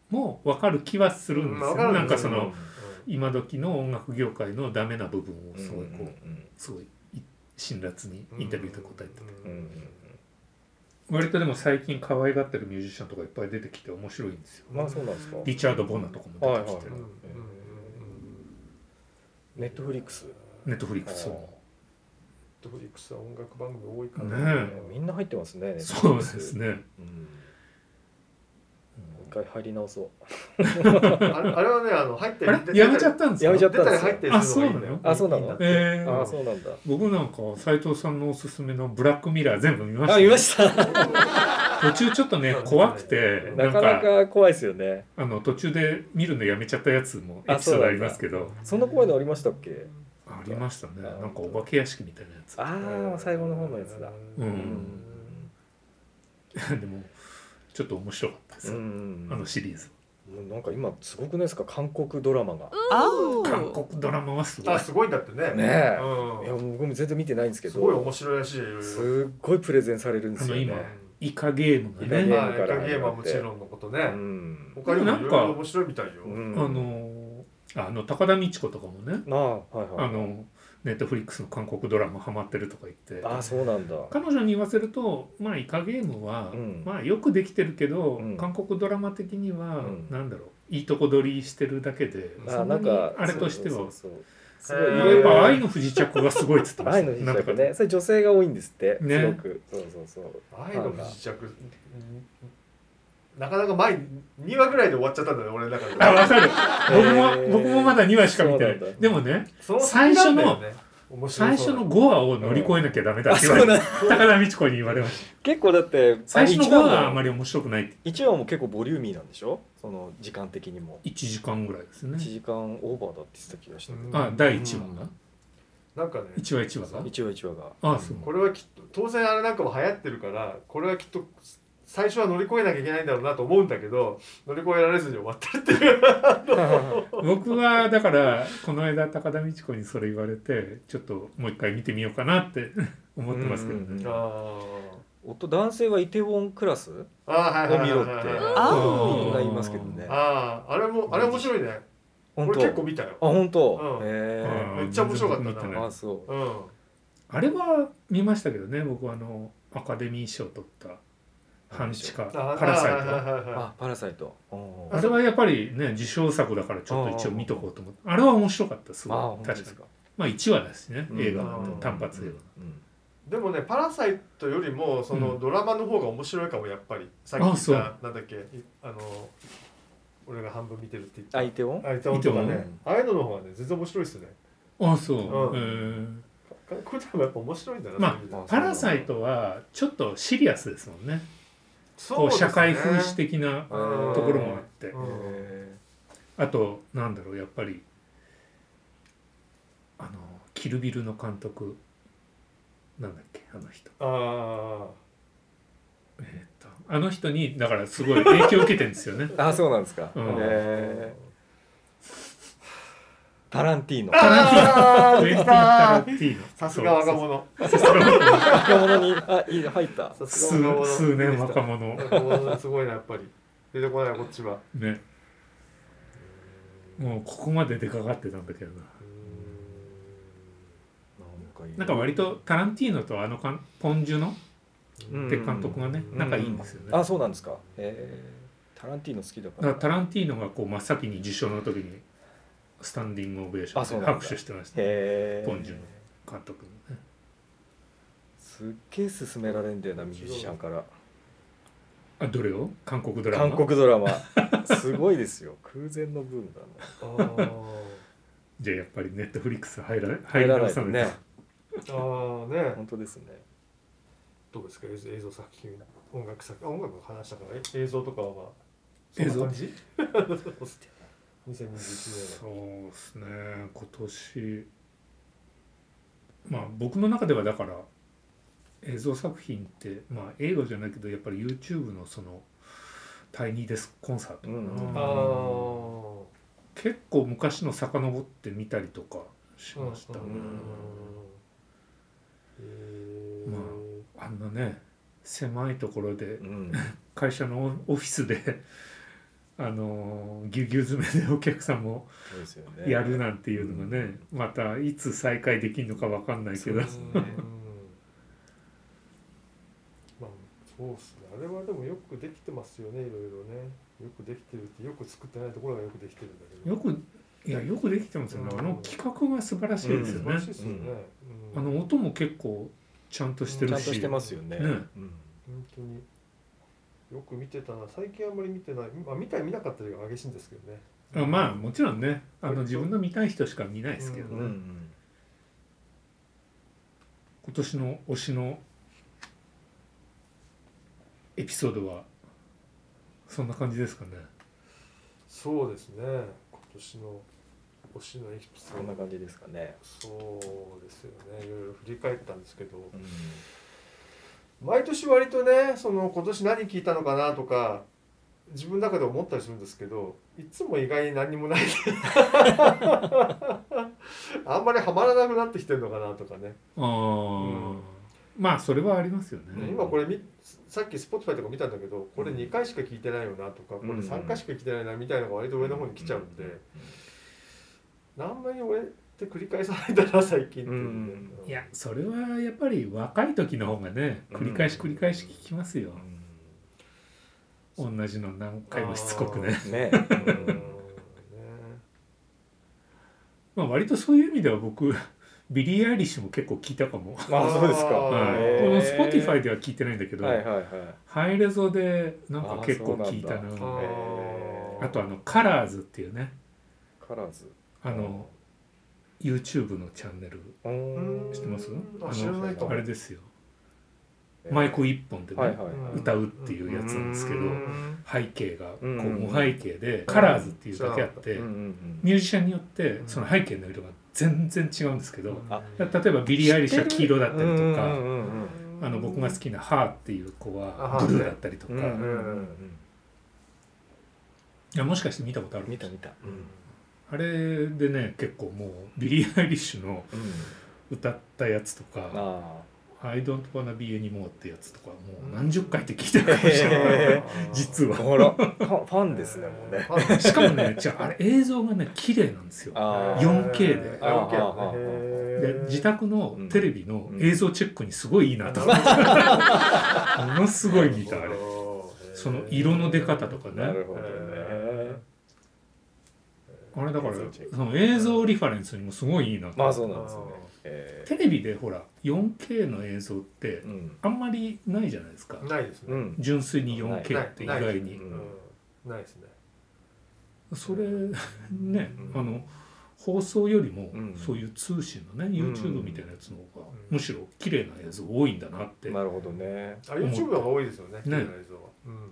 [SPEAKER 1] も分かる気はするんですよ
[SPEAKER 2] うんわか
[SPEAKER 1] ね
[SPEAKER 2] る
[SPEAKER 1] なんかそ
[SPEAKER 2] うん
[SPEAKER 1] の今時の音楽業界のダメな部分をすごいこう、
[SPEAKER 3] うん
[SPEAKER 1] すごい辛辣にインタビューで答えて、
[SPEAKER 3] うんうん
[SPEAKER 1] 割とでも最近可愛がってるミュージシャンとかいっぱい出てきて面白いんですよ
[SPEAKER 3] うんまあそうなんですか
[SPEAKER 1] リチャード・ボナとかも出てきて
[SPEAKER 3] はい
[SPEAKER 1] る、
[SPEAKER 3] はいはいネットフリックス
[SPEAKER 1] ネットフリックス
[SPEAKER 3] あ
[SPEAKER 1] そ
[SPEAKER 2] ドリックスは音楽番組多いか
[SPEAKER 1] う
[SPEAKER 2] ら
[SPEAKER 1] ね
[SPEAKER 3] ーみんな入ってますね
[SPEAKER 1] えそうですね、
[SPEAKER 3] うん
[SPEAKER 1] うん
[SPEAKER 3] 一回入り直そう
[SPEAKER 2] あれあれはねあの入って
[SPEAKER 1] あれやめちゃったんですか
[SPEAKER 3] やめちゃっ
[SPEAKER 2] 出たり入ったりするのがいいんだよ。
[SPEAKER 3] あそうなの
[SPEAKER 2] いいんだって
[SPEAKER 1] え
[SPEAKER 3] あ
[SPEAKER 1] ー
[SPEAKER 3] あそうなんだ
[SPEAKER 1] 僕なんか斎藤さんのおすすめの「ブラックミラー」全部見ました
[SPEAKER 3] あ
[SPEAKER 1] ね、
[SPEAKER 3] 見ました
[SPEAKER 1] 途中ちょっとね怖くてな
[SPEAKER 3] なんか
[SPEAKER 1] か
[SPEAKER 3] なか怖いですよね
[SPEAKER 1] あの途中で見るのやめちゃったやつもエピソードありますけど
[SPEAKER 3] そんな怖いのありましたっけ
[SPEAKER 1] ありましたね
[SPEAKER 3] あ
[SPEAKER 1] なんかお化け屋敷みたいなやつ
[SPEAKER 3] ああ最後の方のやつだ
[SPEAKER 1] うん
[SPEAKER 3] うん
[SPEAKER 1] でもちょっと面白かったです、
[SPEAKER 3] うん
[SPEAKER 1] あのシリーズ
[SPEAKER 3] もうなんか今すごくないですか韓国ドラマが
[SPEAKER 4] Oh.
[SPEAKER 1] 韓国ドラマはすごい
[SPEAKER 2] あすごいんだってね。
[SPEAKER 3] ねえいや
[SPEAKER 2] う
[SPEAKER 3] もう僕も全然見てないんですけ
[SPEAKER 2] ん。
[SPEAKER 3] ど
[SPEAKER 2] すごい面白いらしいよいろいろ。
[SPEAKER 3] すっごいプレゼンされるんですよ
[SPEAKER 1] あの
[SPEAKER 3] ね
[SPEAKER 1] 今イカゲームが
[SPEAKER 3] イカゲ
[SPEAKER 1] ね
[SPEAKER 2] まあ、エ
[SPEAKER 3] から
[SPEAKER 2] カゲームはもちろんのこと
[SPEAKER 3] う
[SPEAKER 2] ね。
[SPEAKER 3] ん
[SPEAKER 2] 他にもいろいろ面白いみたいよ。
[SPEAKER 3] うん
[SPEAKER 1] あのあの高田美智子とかもね
[SPEAKER 3] ああはいはい
[SPEAKER 1] あのネットフリックスの韓国ドラマハマってるとか言って
[SPEAKER 3] ああそうなんだ
[SPEAKER 1] 彼女に言わせるとまあイカゲームは、
[SPEAKER 3] うん
[SPEAKER 1] まあよくできてるけど、
[SPEAKER 3] うん
[SPEAKER 1] 韓国ドラマ的には、
[SPEAKER 3] うん
[SPEAKER 1] なんだろういいとこ取りしてるだけで、
[SPEAKER 2] あ
[SPEAKER 1] そ
[SPEAKER 3] あ
[SPEAKER 1] んなに
[SPEAKER 3] なんか
[SPEAKER 1] あれとしては
[SPEAKER 3] そうそうそうす
[SPEAKER 2] え
[SPEAKER 1] まあ
[SPEAKER 3] ご
[SPEAKER 1] やっ
[SPEAKER 3] いいろい
[SPEAKER 1] ぱ
[SPEAKER 3] ろ
[SPEAKER 1] 愛の不時着がすごいっつってまし
[SPEAKER 3] 愛
[SPEAKER 1] た
[SPEAKER 3] の
[SPEAKER 1] ね
[SPEAKER 3] 不
[SPEAKER 1] なん
[SPEAKER 3] 時
[SPEAKER 1] とか
[SPEAKER 3] 着ねそれ女性が多いんですって
[SPEAKER 1] ね
[SPEAKER 3] すごくそうそうそう
[SPEAKER 2] 愛の不時着。うんなかなか前2話ぐらいで終わっちゃったんだね、俺の中
[SPEAKER 1] あ
[SPEAKER 2] で。
[SPEAKER 1] わかる僕
[SPEAKER 3] へー
[SPEAKER 1] も僕もまだ2話しか見てな
[SPEAKER 3] そ
[SPEAKER 1] いう
[SPEAKER 3] なんだ
[SPEAKER 1] でもね
[SPEAKER 2] そ先なんだよね、面白
[SPEAKER 1] 最
[SPEAKER 2] そう
[SPEAKER 1] 初
[SPEAKER 2] だ
[SPEAKER 1] の
[SPEAKER 2] ね
[SPEAKER 1] 5話を乗り越えなきゃダメだって言われ
[SPEAKER 3] あ
[SPEAKER 1] て高田美智子に言われました
[SPEAKER 3] 結構だって
[SPEAKER 1] 最初の5話はあ
[SPEAKER 3] あ
[SPEAKER 1] まり面白くないって
[SPEAKER 3] 一話も結構ボリューミーなんでしょその時間的にも
[SPEAKER 1] 1時間ぐらいですね
[SPEAKER 3] 1時間オーバーだって言ってた気がしたけ
[SPEAKER 2] うん
[SPEAKER 3] ど
[SPEAKER 1] あ第1話が、
[SPEAKER 2] なんかね、
[SPEAKER 1] 一1話1話が
[SPEAKER 3] 一話一話が
[SPEAKER 1] あそう
[SPEAKER 2] これはきっと当然あれなんかも流行ってるからこれはきっと最初は乗り越えなきゃいけないんだろうなと思うんだけど乗り越えられずに終わったっていう
[SPEAKER 1] 僕はだからこの間高田美智子にそれ言われてちょっともう一回見てみようかなって 思ってますけどね、
[SPEAKER 3] うんうん
[SPEAKER 2] あ
[SPEAKER 3] 夫男性はイテウォンクラスを
[SPEAKER 2] あはいはいは
[SPEAKER 3] 見
[SPEAKER 2] い
[SPEAKER 3] ろっ
[SPEAKER 2] はい
[SPEAKER 3] て
[SPEAKER 1] あ
[SPEAKER 3] みんな言いますけどね
[SPEAKER 2] あああれもあれ面白いね
[SPEAKER 3] 本
[SPEAKER 2] 俺
[SPEAKER 3] 当
[SPEAKER 2] 結構見たよ
[SPEAKER 3] あ本当
[SPEAKER 2] うん
[SPEAKER 3] へ
[SPEAKER 2] めっちゃ面白かったな
[SPEAKER 1] 見て
[SPEAKER 3] え
[SPEAKER 1] ない
[SPEAKER 3] あそ
[SPEAKER 2] うん
[SPEAKER 1] あれは見ましたけどね僕はあのアカデミー賞取った「半地下」「
[SPEAKER 2] あ
[SPEAKER 1] パラサイト」
[SPEAKER 2] はいはいは
[SPEAKER 3] う
[SPEAKER 2] いは
[SPEAKER 3] あパラサイトうん
[SPEAKER 1] あれはやっぱりね受賞作だからちょっと一応見とこうと思ってあれは面白かったす
[SPEAKER 3] あ
[SPEAKER 1] ご
[SPEAKER 3] 本
[SPEAKER 1] い
[SPEAKER 3] 当で
[SPEAKER 1] 確か
[SPEAKER 3] す
[SPEAKER 1] に
[SPEAKER 3] か
[SPEAKER 1] まあ1話だしね
[SPEAKER 3] うん
[SPEAKER 1] 映画なん
[SPEAKER 2] うん
[SPEAKER 1] て単発映
[SPEAKER 3] うん
[SPEAKER 2] でもね「パラサイト」よりもそうの
[SPEAKER 1] ん
[SPEAKER 2] ドラマの方が面白いかもやっぱりさっき
[SPEAKER 1] あ
[SPEAKER 2] 言っ
[SPEAKER 1] そう
[SPEAKER 2] たなんだっけいあの俺が半分見てるって言った
[SPEAKER 3] 相手を
[SPEAKER 2] あいた音とか
[SPEAKER 1] イテウ
[SPEAKER 2] ねああいうのの方がね全然面白いっすね
[SPEAKER 1] あそう、
[SPEAKER 2] うん
[SPEAKER 1] えー
[SPEAKER 2] 韓国ドラマやっぱ面白いんだな、
[SPEAKER 1] まあ
[SPEAKER 2] そういう意味では
[SPEAKER 1] パラサイトはちょっとシリアスですもんね
[SPEAKER 2] そ
[SPEAKER 1] こ
[SPEAKER 2] う
[SPEAKER 1] う
[SPEAKER 2] ですね
[SPEAKER 1] 社会風刺的な
[SPEAKER 2] うん
[SPEAKER 1] ところもあって、
[SPEAKER 2] うん
[SPEAKER 3] え
[SPEAKER 1] あとなんだろうやっぱりあのキルビルの監督なんだっけあの人
[SPEAKER 2] あ
[SPEAKER 1] えーっとあの人にだからすごい影響を受けてるんですよね
[SPEAKER 3] ーあそうなんですか、
[SPEAKER 1] うん
[SPEAKER 2] あ、
[SPEAKER 3] えータランティーノ
[SPEAKER 2] あ あー
[SPEAKER 1] ク
[SPEAKER 2] 出
[SPEAKER 1] エンティン・
[SPEAKER 2] てき
[SPEAKER 1] タラ
[SPEAKER 2] た
[SPEAKER 1] ンティーノ
[SPEAKER 2] さすが若者
[SPEAKER 3] 若者にあいい入った
[SPEAKER 2] さすが
[SPEAKER 1] そう
[SPEAKER 2] 若者
[SPEAKER 1] 数数年若
[SPEAKER 2] 出
[SPEAKER 1] 者
[SPEAKER 2] てきた若者すごいなやっぱり出てこないこっちは
[SPEAKER 1] ねもうここまで出かかってたんだけどななんか割とタランティーノとあのかんポン・ジュの鉄監督がね
[SPEAKER 2] うん
[SPEAKER 1] 仲いいんですよね
[SPEAKER 3] あそうなんですかえータランティーノ好きだ
[SPEAKER 1] だ
[SPEAKER 3] か
[SPEAKER 1] から
[SPEAKER 3] ら
[SPEAKER 1] タランティーノがこう真っ先に受賞の時にスタンディングオベーシ
[SPEAKER 3] あそ
[SPEAKER 1] ョン
[SPEAKER 3] う
[SPEAKER 1] で
[SPEAKER 3] なんだ
[SPEAKER 1] 拍手してましたね
[SPEAKER 3] へえ
[SPEAKER 1] ポンジュの監督のね
[SPEAKER 3] すっげえ勧められんだよなミュージシャンから
[SPEAKER 1] あどれを韓国ドラマ
[SPEAKER 3] 韓国ドラマすごいですよ空前のブームだな
[SPEAKER 2] あー
[SPEAKER 1] じゃあやっぱりネットフリックス入ら入
[SPEAKER 3] 入
[SPEAKER 1] ら
[SPEAKER 3] ら
[SPEAKER 1] な
[SPEAKER 3] ないいと
[SPEAKER 1] さ
[SPEAKER 3] ね
[SPEAKER 2] あーね
[SPEAKER 3] 本当ですね
[SPEAKER 2] どうですか映像映像作品音楽作品あ音楽の話したからえ映像とかはまあ
[SPEAKER 1] 映像
[SPEAKER 2] そんな感 じ2021年は
[SPEAKER 1] そうですね今年まあ僕の中ではだから映像作品ってまあ映画じゃないけどやっぱり YouTube のそのタイニーデスクコンサートかな、
[SPEAKER 3] うん
[SPEAKER 2] あー
[SPEAKER 1] 結構昔の遡って見たりとかしましたね、
[SPEAKER 2] うんうん
[SPEAKER 1] まあんなね狭いところで
[SPEAKER 3] うん
[SPEAKER 1] 会社のオフィスであのぎゅうぎゅう詰めでお客さんも
[SPEAKER 3] そうですよね
[SPEAKER 1] やるなんていうのがね、またいつ再開できるのかわかんないけど
[SPEAKER 3] そう
[SPEAKER 2] う
[SPEAKER 3] です
[SPEAKER 2] ん
[SPEAKER 3] ね
[SPEAKER 2] まあそうっすねあれはでもよくできてますよねいろいろねよくできてるってよく作ってないところがよくできてるんだけど
[SPEAKER 1] よくいやよくできてますよね、
[SPEAKER 2] うん
[SPEAKER 1] あの企画が素晴らしいですよ
[SPEAKER 2] 素
[SPEAKER 1] ね
[SPEAKER 2] 晴、らしいですよね、うん
[SPEAKER 1] あの音も結構ちゃんとして
[SPEAKER 3] ちゃ
[SPEAKER 1] る
[SPEAKER 3] ん
[SPEAKER 1] し
[SPEAKER 3] としてますよね
[SPEAKER 1] ね
[SPEAKER 3] うん
[SPEAKER 2] 本当によく見てたな最近あんまり見てない、まあ、見たり見なかったりが激しいんですけどね
[SPEAKER 1] あまあもちろんねあ
[SPEAKER 2] 割
[SPEAKER 1] の
[SPEAKER 2] と
[SPEAKER 1] 自分の見たい人しか見ないですけどね、
[SPEAKER 3] うんうん
[SPEAKER 1] 今年の推しのエピソードはそんな感じですかね
[SPEAKER 2] そうですね今年の推しのエキス
[SPEAKER 3] そんな感じですかね
[SPEAKER 2] そうですよねいろいろ振り返ったんですけど
[SPEAKER 3] うん
[SPEAKER 2] 毎年割とねその今年何聞いたのかなとか自分の中で思ったりするんですけどいつも意外に何にもない あんまりハマらなくなってきてるのかなとかね
[SPEAKER 1] ああ、
[SPEAKER 2] ん
[SPEAKER 1] まあそれはありますよ
[SPEAKER 2] ね
[SPEAKER 1] ね、
[SPEAKER 2] 今これみさっき Spotify とか見たんだけどこれ2回しか聞いてないよなとかこれ
[SPEAKER 3] うん
[SPEAKER 2] 3回しか聞いてないなみたいなのが割と上の方に来ちゃうんで、何枚俺って繰り返さないんだな最近っていうね、
[SPEAKER 3] うん
[SPEAKER 2] うん
[SPEAKER 1] いやそれはやっぱり若い時の方がね繰り返し繰り返し聞きますよ
[SPEAKER 3] う、ん
[SPEAKER 1] 同じの何回もしつこくね
[SPEAKER 3] ね
[SPEAKER 2] うんね
[SPEAKER 1] まあ割とそういう意味では僕 ビリー・アイリッシュも結構聞いたかも、
[SPEAKER 3] まあそうですか
[SPEAKER 2] あ
[SPEAKER 1] は
[SPEAKER 2] ー
[SPEAKER 1] い、この
[SPEAKER 3] へー
[SPEAKER 1] Spotify では聞いてないんだけど、
[SPEAKER 3] はいはいはい
[SPEAKER 1] ハイレゾでなんか結構
[SPEAKER 3] あー
[SPEAKER 1] 聞いたな
[SPEAKER 2] あー
[SPEAKER 1] あ
[SPEAKER 3] えー
[SPEAKER 1] とあの「カラーズっていうね
[SPEAKER 3] カラーズ
[SPEAKER 1] あの YouTube のチャンネル
[SPEAKER 3] うーん
[SPEAKER 1] 知ってます
[SPEAKER 2] あ知らないかも
[SPEAKER 1] あれですよ
[SPEAKER 3] えー
[SPEAKER 1] マイク一本でね、
[SPEAKER 3] はいはいはい
[SPEAKER 2] うん
[SPEAKER 1] 歌うっていうやつなんですけど
[SPEAKER 2] うん
[SPEAKER 1] 背景がこう
[SPEAKER 3] うん
[SPEAKER 1] 無背景で「カラーズっていうだけあって
[SPEAKER 3] うんうんうん
[SPEAKER 1] ミュージシャンによってその背景の色が全然違うんですけど
[SPEAKER 3] あ
[SPEAKER 1] 例えばビリー・アイリッシュは黄色だったりとか。
[SPEAKER 3] うんうんうん
[SPEAKER 1] あの僕が好きな「ハーっていう子は
[SPEAKER 2] あ
[SPEAKER 1] ブルーだったりとか、
[SPEAKER 3] うんうん
[SPEAKER 1] い
[SPEAKER 3] うんうん
[SPEAKER 1] やもしかして見たことある
[SPEAKER 3] 見た見た、
[SPEAKER 2] うん
[SPEAKER 1] あれでね結構もうビリー・アイリッシュの
[SPEAKER 3] うん、
[SPEAKER 1] 歌ったやつとか
[SPEAKER 3] あ
[SPEAKER 1] 「I don't wanna be anymore」ってやつとかもう何十回って聞いたかもしれない、
[SPEAKER 3] へ
[SPEAKER 1] 実
[SPEAKER 3] あ
[SPEAKER 1] は
[SPEAKER 3] ほら ファンファンですねもうね
[SPEAKER 2] ファン
[SPEAKER 1] しかも ねじゃああれ映像がね綺麗なんですよ
[SPEAKER 3] あー
[SPEAKER 1] 4K で
[SPEAKER 3] あ
[SPEAKER 2] あー 4K
[SPEAKER 3] ーあーあ
[SPEAKER 2] へ
[SPEAKER 1] で
[SPEAKER 2] ー
[SPEAKER 1] 自宅のテレビの映像チェックにすごいいいなと
[SPEAKER 2] う
[SPEAKER 1] 思
[SPEAKER 2] ん
[SPEAKER 1] って、ものすごい見たあれその色の出方とか
[SPEAKER 3] な
[SPEAKER 1] ね
[SPEAKER 3] るほどね、
[SPEAKER 2] へー
[SPEAKER 1] あれだから
[SPEAKER 2] 映像チェック
[SPEAKER 1] その映像リファレンスにもすごいいいなと
[SPEAKER 3] まあそうなんですよね
[SPEAKER 2] あー。
[SPEAKER 3] え
[SPEAKER 1] テレビでほら 4K の映像って
[SPEAKER 3] ーうん
[SPEAKER 1] あんまりないじゃないですか
[SPEAKER 2] ないです
[SPEAKER 3] う
[SPEAKER 2] ね。
[SPEAKER 3] ん
[SPEAKER 1] 純粋に
[SPEAKER 3] ない
[SPEAKER 1] 4K って意
[SPEAKER 2] ない
[SPEAKER 1] 外
[SPEAKER 2] う
[SPEAKER 1] に
[SPEAKER 2] んないですね。
[SPEAKER 1] それね
[SPEAKER 3] うん
[SPEAKER 1] あの放送よりも
[SPEAKER 3] うん
[SPEAKER 1] そういう通信のね YouTube みたいなやつの方が
[SPEAKER 2] うん
[SPEAKER 1] むしろ綺麗な映像多いんだなって
[SPEAKER 3] なるほどね。
[SPEAKER 2] あ YouTube の方が多いですよね。
[SPEAKER 1] ね
[SPEAKER 2] ね映像は。うん。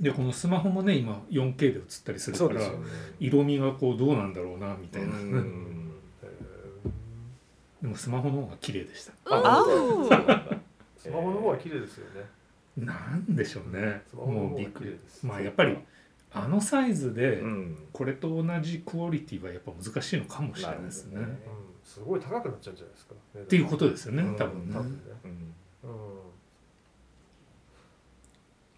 [SPEAKER 1] でこのスマホもね今 4K で映ったりする
[SPEAKER 3] そう
[SPEAKER 1] か
[SPEAKER 3] で
[SPEAKER 1] ら
[SPEAKER 3] すよね
[SPEAKER 1] 色味がこうどうなんだろうなみたいな
[SPEAKER 3] う
[SPEAKER 2] うんん。え ー
[SPEAKER 1] でもスマホの方が綺麗でした
[SPEAKER 3] あそ
[SPEAKER 4] おー
[SPEAKER 3] うなんだ
[SPEAKER 2] スマホの方が綺麗ですよね。
[SPEAKER 1] なんでしょうね
[SPEAKER 2] スマホの
[SPEAKER 1] も
[SPEAKER 2] 方
[SPEAKER 1] う
[SPEAKER 2] が
[SPEAKER 1] びっ
[SPEAKER 2] 綺
[SPEAKER 1] く
[SPEAKER 2] 麗
[SPEAKER 1] り
[SPEAKER 2] です。
[SPEAKER 1] まあやっぱりあのサイズで
[SPEAKER 3] うん。
[SPEAKER 1] これと同じクオリティはやっぱ難しいのかもしれないですね。
[SPEAKER 3] なるほど
[SPEAKER 2] うんすごい高くなっちゃうんじゃないですか。っ
[SPEAKER 1] っていうことですよね、
[SPEAKER 3] うん
[SPEAKER 1] 多分ね
[SPEAKER 2] 多分ね。
[SPEAKER 3] うん
[SPEAKER 2] うん。そ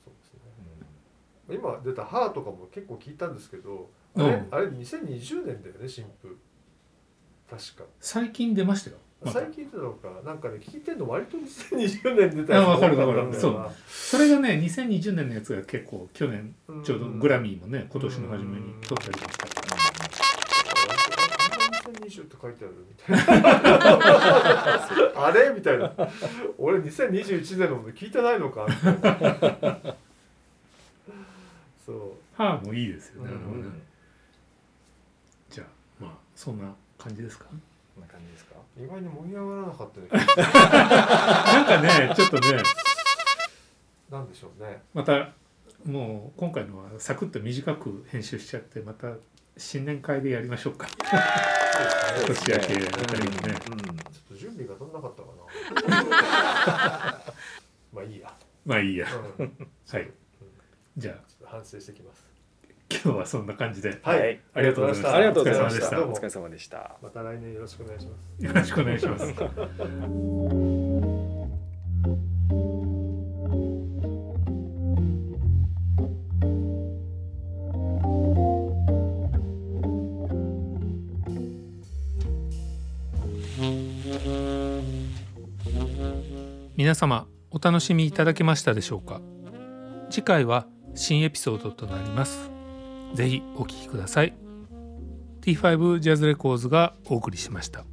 [SPEAKER 2] うですね。今出た「ハーとかも結構聞いたんですけどあれ,、
[SPEAKER 1] うん
[SPEAKER 2] あれ2020年だよね新婦確か
[SPEAKER 1] 最近出ましたよ。また
[SPEAKER 2] 最近出たのかなんかね聞いてんの割と2020年出た
[SPEAKER 1] あわかるわかる
[SPEAKER 2] 多かった
[SPEAKER 1] そうそれがね、2020年のやつが結構去年
[SPEAKER 2] うん
[SPEAKER 1] ちょうどグラミーもね、今年の初めに取ったりとか。
[SPEAKER 2] 2020って書いてあるみたいなあれみたいな俺2021年のもの聞いてないのかみたいなそう
[SPEAKER 1] 歯もいいですよね。
[SPEAKER 2] うん
[SPEAKER 1] あの
[SPEAKER 3] うん。
[SPEAKER 1] ねじゃあまあそんな感じですか。
[SPEAKER 3] こんな感じですか。
[SPEAKER 2] 意外に盛り上がらなかったね
[SPEAKER 1] なんかね、ちょっとね、
[SPEAKER 2] なんでしょ うね
[SPEAKER 1] またもう今回のはサクッと短く編集しちゃってまた新年会でやりましょうか。
[SPEAKER 2] そうですね
[SPEAKER 1] 年明けあたりにね。
[SPEAKER 2] ちょっと準備が足んなかったか な。まあいいや。
[SPEAKER 1] まあいいや。
[SPEAKER 2] うん
[SPEAKER 1] はい。じゃあ
[SPEAKER 2] ちょっと反省してきます。
[SPEAKER 1] 今日はそんな感じで。
[SPEAKER 3] はい
[SPEAKER 2] はい。
[SPEAKER 1] ありがとうございました。
[SPEAKER 3] ありがとうございま
[SPEAKER 1] お疲れ様でし
[SPEAKER 3] し。
[SPEAKER 1] たた
[SPEAKER 2] どう
[SPEAKER 3] お
[SPEAKER 2] も
[SPEAKER 3] 疲れ様でした。
[SPEAKER 2] また来年よろしくお願いします。
[SPEAKER 1] よろしくお願いします。皆様お楽しみいただけましたでしょうか次回は新エピソードとなりますぜひお聞きください T5 ジャズレコーズがお送りしました